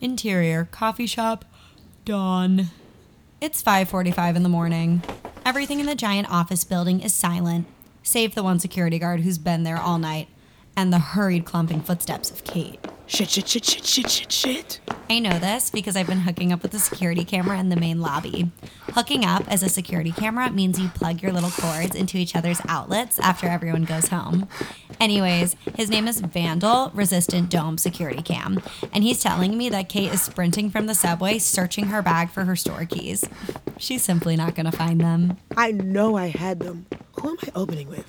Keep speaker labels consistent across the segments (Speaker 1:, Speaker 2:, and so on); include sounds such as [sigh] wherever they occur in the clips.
Speaker 1: Interior coffee shop. Dawn. It's 5:45 in the morning. Everything in the giant office building is silent, save the one security guard who's been there all night and the hurried clumping footsteps of Kate.
Speaker 2: Shit, shit, shit, shit, shit, shit, shit.
Speaker 1: I know this because I've been hooking up with the security camera in the main lobby. Hooking up as a security camera means you plug your little cords into each other's outlets after everyone goes home. Anyways, his name is Vandal Resistant Dome Security Cam, and he's telling me that Kate is sprinting from the subway searching her bag for her store keys. She's simply not gonna find them.
Speaker 2: I know I had them. Who am I opening with?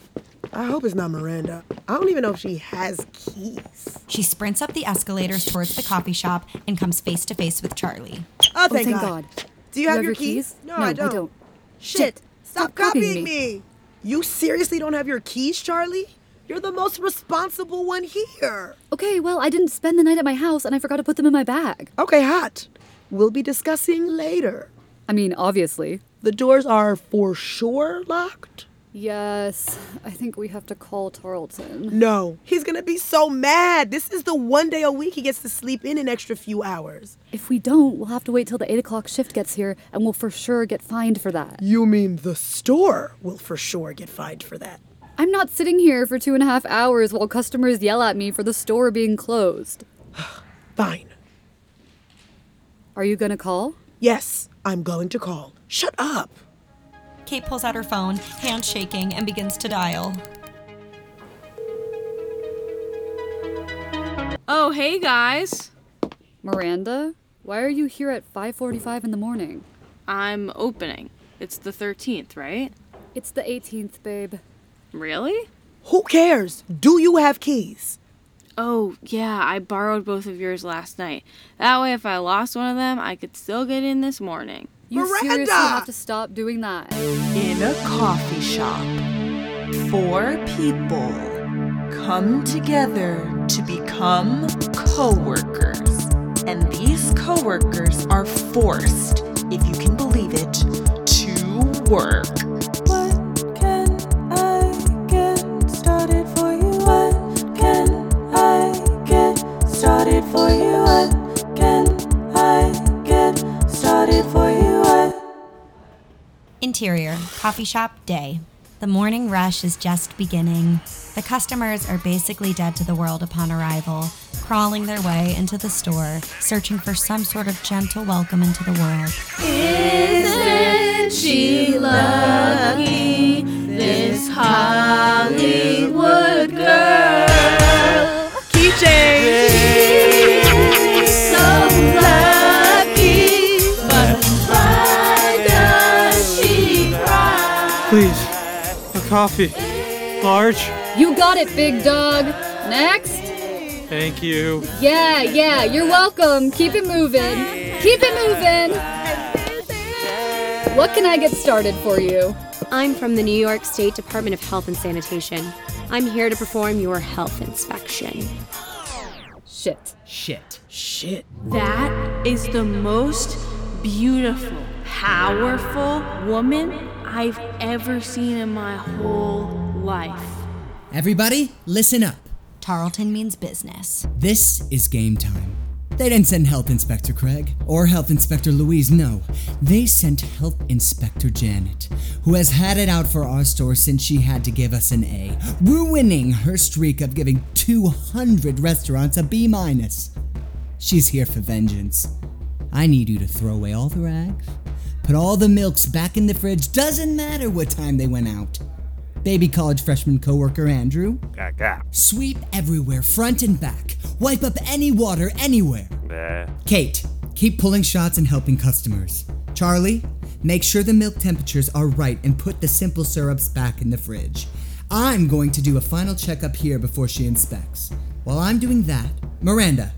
Speaker 2: I hope it's not Miranda. I don't even know if she has keys.
Speaker 1: She sprints up the escalators towards the coffee shop and comes face to face with Charlie.
Speaker 2: Oh,
Speaker 3: Oh,
Speaker 2: thank,
Speaker 3: thank
Speaker 2: God.
Speaker 3: God.
Speaker 2: Do you have
Speaker 3: have
Speaker 2: your
Speaker 3: your
Speaker 2: keys?
Speaker 3: keys?
Speaker 2: No,
Speaker 3: No,
Speaker 2: I
Speaker 3: I
Speaker 2: don't.
Speaker 3: don't.
Speaker 2: Shit. Stop, copying me.
Speaker 3: me.
Speaker 2: You seriously don't have your keys, Charlie? You're the most responsible one here.
Speaker 3: Okay, well, I didn't spend the night at my house and I forgot to put them in my bag.
Speaker 2: Okay, hot. We'll be discussing later.
Speaker 3: I mean, obviously.
Speaker 2: The doors are for sure locked.
Speaker 3: Yes, I think we have to call Tarleton.
Speaker 2: No. He's gonna be so mad. This is the one day a week he gets to sleep in an extra few hours.
Speaker 3: If we don't, we'll have to wait till the 8 o'clock shift gets here and we'll for sure get fined for that.
Speaker 2: You mean the store will for sure get fined for that?
Speaker 3: I'm not sitting here for two and a half hours while customers yell at me for the store being closed.
Speaker 2: Fine.
Speaker 3: Are you gonna call?
Speaker 2: Yes, I'm going to call. Shut up.
Speaker 1: Kate pulls out her phone, hands shaking, and begins to dial.
Speaker 4: Oh, hey guys.
Speaker 3: Miranda, why are you here at 5:45 in the morning?
Speaker 4: I'm opening. It's the 13th, right?
Speaker 3: It's the 18th, babe.
Speaker 4: Really?
Speaker 2: Who cares? Do you have keys?
Speaker 4: Oh, yeah, I borrowed both of yours last night. That way, if I lost one of them, I could still get in this morning.
Speaker 3: You
Speaker 2: Miranda!
Speaker 3: seriously have to stop doing that.
Speaker 5: In a coffee shop, four people come together to become coworkers, and these coworkers are forced, if you can believe it, to work. What can I get started for you? What can I get started for you? What can I get started for you? What
Speaker 1: Interior, coffee shop, day. The morning rush is just beginning. The customers are basically dead to the world upon arrival, crawling their way into the store, searching for some sort of gentle welcome into the world.
Speaker 6: Please, a coffee. Large.
Speaker 3: You got it, big dog. Next.
Speaker 6: Thank you.
Speaker 3: Yeah, yeah, you're welcome. Keep it moving. Keep it moving. What can I get started for you?
Speaker 7: I'm from the New York State Department of Health and Sanitation. I'm here to perform your health inspection.
Speaker 3: Shit.
Speaker 8: Shit.
Speaker 2: Shit.
Speaker 4: That is the most beautiful, powerful woman I've ever seen in my whole life.
Speaker 8: Everybody, listen up.
Speaker 1: Tarleton means business.
Speaker 8: This is game time. They didn't send Health Inspector Craig or Health Inspector Louise, no. They sent Health Inspector Janet, who has had it out for our store since she had to give us an A, ruining her streak of giving 200 restaurants a B minus. She's here for vengeance. I need you to throw away all the rags, put all the milks back in the fridge, doesn't matter what time they went out. Baby college freshman coworker Andrew, Sweep everywhere, front and back. Wipe up any water anywhere. Kate, keep pulling shots and helping customers. Charlie, make sure the milk temperatures are right and put the simple syrups back in the fridge. I'm going to do a final checkup here before she inspects. While I'm doing that, Miranda,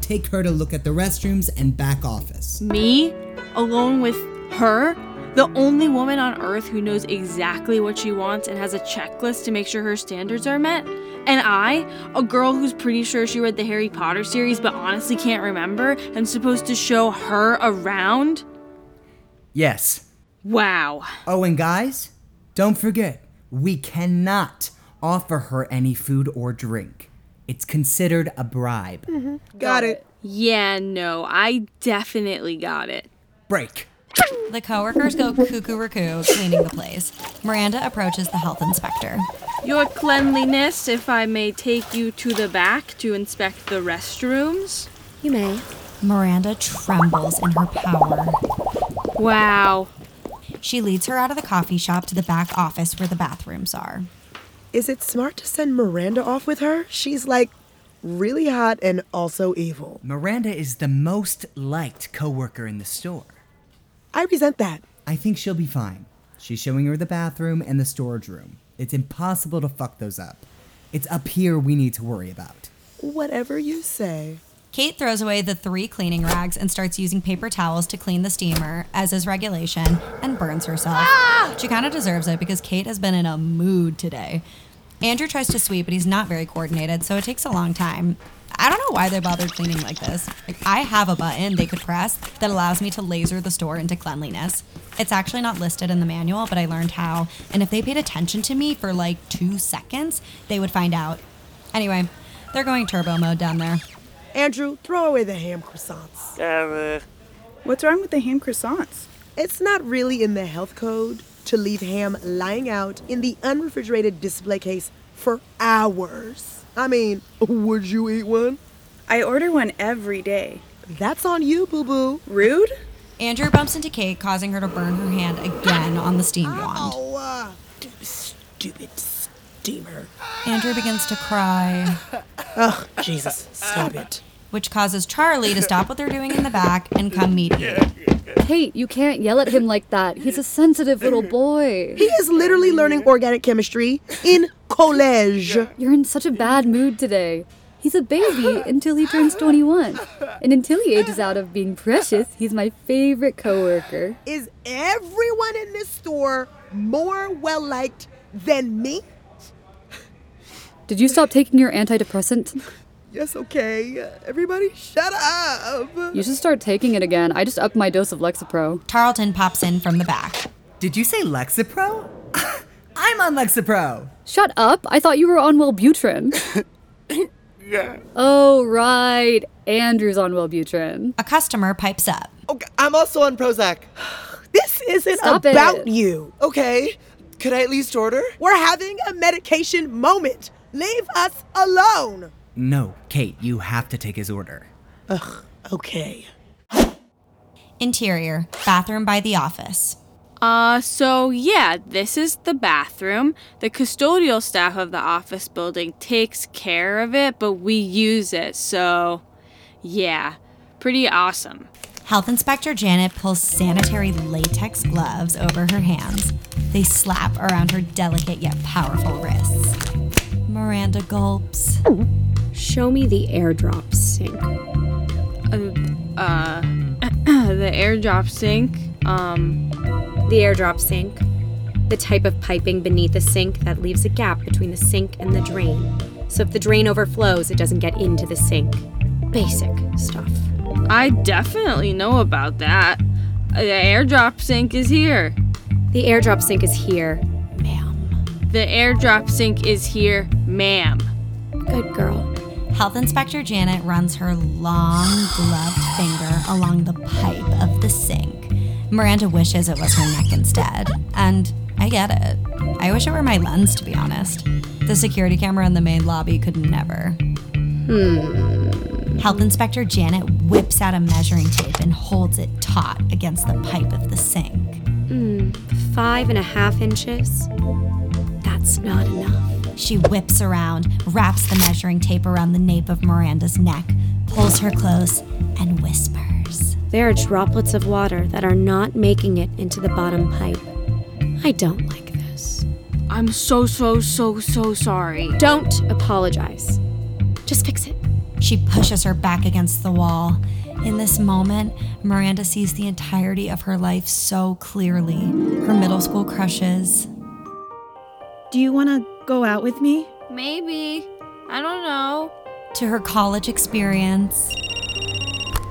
Speaker 8: take her to look at the restrooms and back office.
Speaker 4: Me, alone with her, the only woman on earth who knows exactly what she wants and has a checklist to make sure her standards are met, and I, a girl who's pretty sure she read the Harry Potter series but honestly can't remember, am supposed to show her around?
Speaker 8: Yes,
Speaker 4: Wow.
Speaker 8: Oh, and guys, don't forget, we cannot offer her any food or drink. It's considered a bribe.
Speaker 2: Got it.
Speaker 4: Yeah, no, I definitely got it.
Speaker 8: Break.
Speaker 1: The coworkers go cuckoo cuckoo cleaning the place. Miranda approaches the health inspector.
Speaker 4: Your cleanliness, if I may take you to the back to inspect the restrooms.
Speaker 7: You may.
Speaker 1: Miranda trembles in her power.
Speaker 4: Wow.
Speaker 1: She leads her out of the coffee shop to the back office where the bathrooms are.
Speaker 2: Is it smart to send Miranda off with her? She's like really hot and also evil.
Speaker 8: Miranda is the most liked coworker in the store.
Speaker 2: I resent that.
Speaker 8: I think she'll be fine. She's showing her the bathroom and the storage room. It's impossible to fuck those up. It's up here we need to worry about.
Speaker 2: Whatever you say.
Speaker 1: Kate throws away the three cleaning rags and starts using paper towels to clean the steamer, as is regulation, and burns herself. She kind of deserves it because Kate has been in a mood today. Andrew tries to sweep, but he's not very coordinated, so it takes a long time. I don't know why they bothered cleaning like this. Like, I have a button they could press that allows me to laser the store into cleanliness. It's actually not listed in the manual, but I learned how. And if they paid attention to me for like two seconds, they would find out. Anyway, they're going turbo mode down there.
Speaker 2: Andrew, throw away the ham croissants.
Speaker 9: What's wrong with the ham croissants?
Speaker 2: It's not really in the health code to leave ham lying out in the unrefrigerated display case for hours. I mean, would you eat one?
Speaker 9: I order one every day.
Speaker 2: That's on you, boo boo.
Speaker 9: Rude?
Speaker 1: Andrew bumps into Kate, causing her to burn her hand again on the steam wand.
Speaker 2: Oh, uh, stupid steamer.
Speaker 1: Andrew begins to cry,
Speaker 2: Oh, Jesus, stop it.
Speaker 1: which causes Charlie to stop what they're doing in the back and come mediate.
Speaker 3: Kate, you can't yell at him like that. He's a sensitive little boy.
Speaker 2: He is literally learning organic chemistry in college.
Speaker 3: You're in such a bad mood today. He's a baby until he turns 21. And until he ages out of being precious, he's my favorite coworker.
Speaker 2: Is everyone in this store more well liked than me?
Speaker 3: Did you stop taking your antidepressant?
Speaker 2: Yes, okay. Everybody, shut up.
Speaker 3: You should start taking it again. I just upped my dose of Lexapro.
Speaker 1: Tarleton pops in from the back.
Speaker 8: Did you say Lexapro? [laughs] I'm on Lexapro.
Speaker 3: Shut up! I thought you were on Wellbutrin. Oh, right. Andrew's on Wellbutrin.
Speaker 1: A customer pipes up.
Speaker 10: Okay, I'm also on Prozac.
Speaker 2: [sighs] This isn't
Speaker 3: Stop it.
Speaker 2: about you.
Speaker 10: Okay, could I at least order?
Speaker 2: We're having a medication moment. Leave us alone.
Speaker 8: No, Kate, you have to take his order.
Speaker 2: Ugh, okay.
Speaker 1: Interior, bathroom by the office.
Speaker 4: Uh, so yeah, this is the bathroom. The custodial staff of the office building takes care of it, but we use it, so yeah, pretty awesome.
Speaker 1: Health Inspector Janet pulls sanitary latex gloves over her hands. They slap around her delicate yet powerful wrists. Miranda gulps.
Speaker 7: Show me the airdrop sink.
Speaker 4: Uh, The airdrop sink, um,
Speaker 7: The airdrop sink. The type of piping beneath the sink that leaves a gap between the sink and the drain. So if the drain overflows, it doesn't get into the sink. Basic stuff.
Speaker 4: I definitely know about that. Uh, The airdrop sink is here.
Speaker 7: The airdrop sink is here, ma'am.
Speaker 4: The airdrop sink is here, ma'am.
Speaker 7: Good girl.
Speaker 1: Health Inspector Janet runs her long, gloved finger along the pipe of the sink. Miranda wishes it was her neck instead. And I get it. I wish it were my lens, to be honest. The security camera in the main lobby could never. Hmm. Health Inspector Janet whips out a measuring tape and holds it taut against the pipe of the sink.
Speaker 7: Five and a half inches. That's not enough.
Speaker 1: She whips around, wraps the measuring tape around the nape of Miranda's neck, pulls her close, and whispers.
Speaker 7: There are droplets of water that are not making it into the bottom pipe. I don't like this.
Speaker 4: I'm so, so, so, so sorry.
Speaker 7: Don't apologize. Just fix it.
Speaker 1: She pushes her back against the wall. In this moment, Miranda sees the entirety of her life so clearly her middle school crushes,
Speaker 9: Do you want to go out with me?
Speaker 4: Maybe. I don't know.
Speaker 1: to her college experience,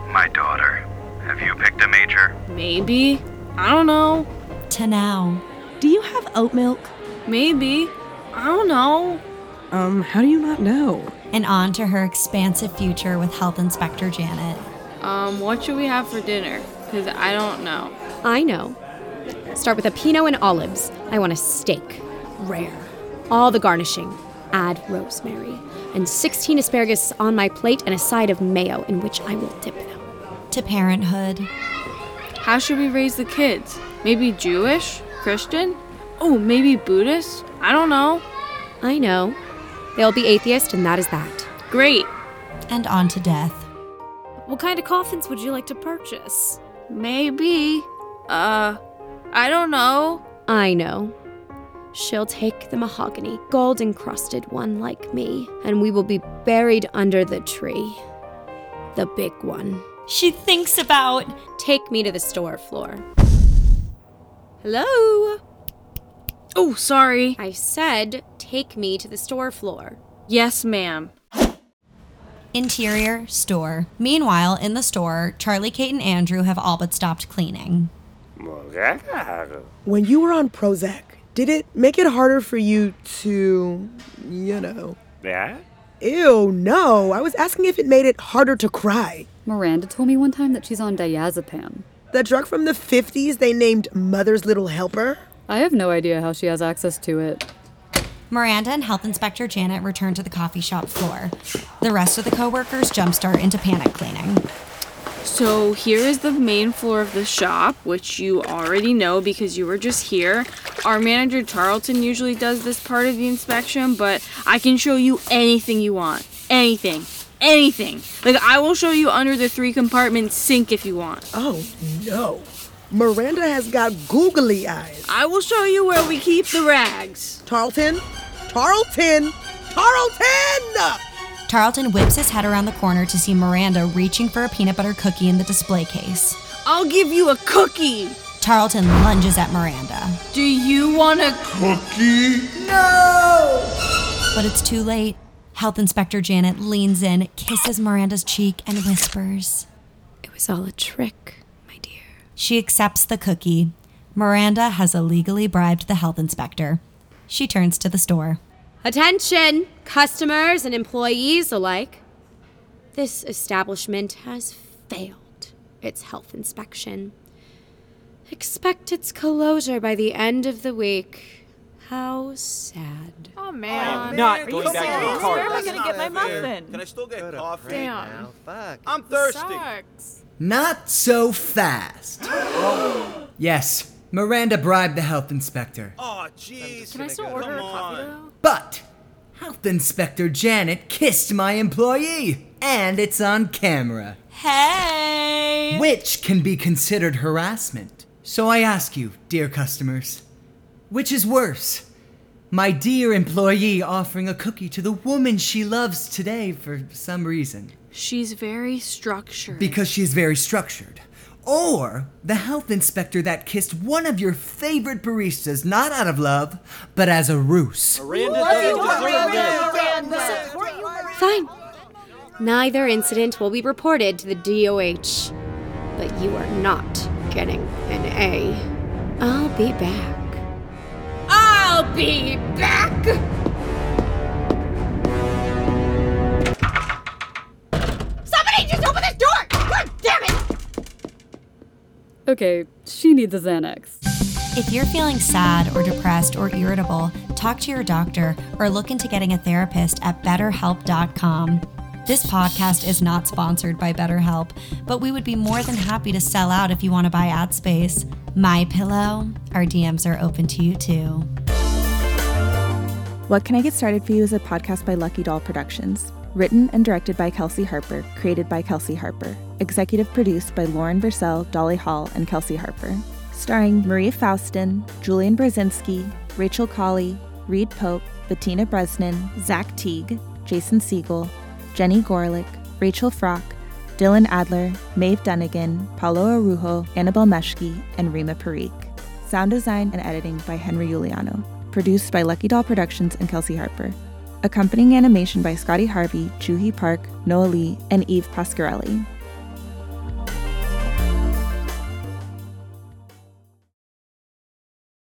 Speaker 11: My daughter. Have you picked a major?
Speaker 4: Maybe. I don't know.
Speaker 1: to now.
Speaker 9: Do you have oat milk?
Speaker 4: Maybe. I don't know.
Speaker 9: Um, how do you not know?
Speaker 1: and on to her expansive future with Health Inspector Janet.
Speaker 4: Um, what should we have for dinner? Because I don't know.
Speaker 7: I know. Start with a Pinot and olives. I want a steak. Rare. All the garnishing. Add rosemary. And 16 asparagus on my plate and a side of mayo in which I will dip them.
Speaker 1: To parenthood.
Speaker 4: How should we raise the kids? Maybe Jewish? Christian? Oh, maybe Buddhist? I don't know.
Speaker 7: I know. They'll be atheist, and that is that.
Speaker 4: Great.
Speaker 1: And on to death.
Speaker 7: What kind of coffins would you like to purchase?
Speaker 4: Maybe. Uh, I don't know.
Speaker 7: I know. She'll take the mahogany, gold encrusted one like me, and we will be buried under the tree. The big one.
Speaker 1: She thinks about.
Speaker 7: Take me to the store floor. Hello?
Speaker 4: Oh, sorry.
Speaker 7: I said, take me to the store floor.
Speaker 4: Yes, ma'am.
Speaker 1: Interior store. Meanwhile, in the store, Charlie, Kate, and Andrew have all but stopped cleaning.
Speaker 2: When you were on Prozac, did it make it harder for you to, you know?
Speaker 11: Yeah?
Speaker 2: Ew, no. I was asking if it made it harder to cry.
Speaker 3: Miranda told me one time that she's on diazepam.
Speaker 2: The drug from the 50s they named Mother's Little Helper?
Speaker 3: I have no idea how she has access to it.
Speaker 1: Miranda and Health Inspector Janet return to the coffee shop floor. The rest of the coworkers jumpstart into panic cleaning.
Speaker 4: So here is the main floor of the shop, which you already know because you were just here. Our manager Charlton usually does this part of the inspection, but I can show you anything you want. Anything. Anything. Like I will show you under the three compartment sink if you want.
Speaker 2: Oh no. Miranda has got googly eyes.
Speaker 4: I will show you where we keep the rags.
Speaker 2: Tarleton? Tarleton? Tarleton!
Speaker 1: Tarleton whips his head around the corner to see Miranda reaching for a peanut butter cookie in the display case.
Speaker 4: I'll give you a cookie!
Speaker 1: Tarleton lunges at Miranda.
Speaker 4: Do you want a
Speaker 11: cookie?
Speaker 2: No!
Speaker 1: But it's too late. Health Inspector Janet leans in, kisses Miranda's cheek, and whispers,
Speaker 7: It was all a trick, my dear.
Speaker 1: She accepts the cookie. Miranda has illegally bribed the health inspector. She turns to the store.
Speaker 7: Attention, customers and employees alike. This establishment has failed its health inspection. Expect its closure by the end of the week. How sad.
Speaker 4: Oh man.
Speaker 6: Not going back to the car.
Speaker 12: Where am I going to get my
Speaker 10: fair.
Speaker 12: muffin?
Speaker 10: Can I still get coffee?
Speaker 12: Damn.
Speaker 10: Fuck.
Speaker 12: I'm
Speaker 10: thirsty.
Speaker 8: Not so fast. yes, Miranda bribed the health inspector.
Speaker 10: Oh, jeez.
Speaker 12: Can I still order a coffee though?
Speaker 8: But Health Inspector Janet kissed my employee, and it's on camera,
Speaker 1: Hey!
Speaker 8: which can be considered harassment. So I ask you, dear customers, which is worse? My dear employee offering a cookie to the woman she loves today for some reason,
Speaker 4: She's very structured.
Speaker 8: because she's very structured. Or the health inspector that kissed one of your favorite baristas, not out of love, but as a ruse.
Speaker 6: Miranda doesn't deserve this.
Speaker 7: Fine. Neither incident will be reported to the DOH. But you are not getting an A. I'll be back. I'll be back!
Speaker 13: Somebody just open this door! God damn it!
Speaker 3: Okay, she needs a Xanax.
Speaker 1: If you're feeling sad or depressed or irritable, talk to your doctor or look into getting a therapist at betterhelp.com. This podcast is not sponsored by BetterHelp, but we would be more than happy to sell out if you want to buy ad space. My pillow, our DMs are open to you too.
Speaker 14: What Can I Get Started For You is a podcast by Lucky Doll Productions. Written and directed by Kelsey Harper, created by Kelsey Harper. Executive produced by Lauren Versell, Dolly Hall, and Kelsey Harper. Starring Maria Faustin, Julian Brzezinski, Rachel Colley, Reed Pope, Bettina Bresnan, Zach Teague, Jason Siegel, Jenny Gorlick, Rachel Frock, Dylan Adler, Maeve Dunnigan, Paolo Arujo, Annabelle Meshki, and Rima Parikh. Sound design and editing by Henry Giuliano. Produced by Lucky Doll Productions and Kelsey Harper. Accompanying animation by Scotty Harvey, Juhi Park, Noah Lee, and Eve Pasquarelli.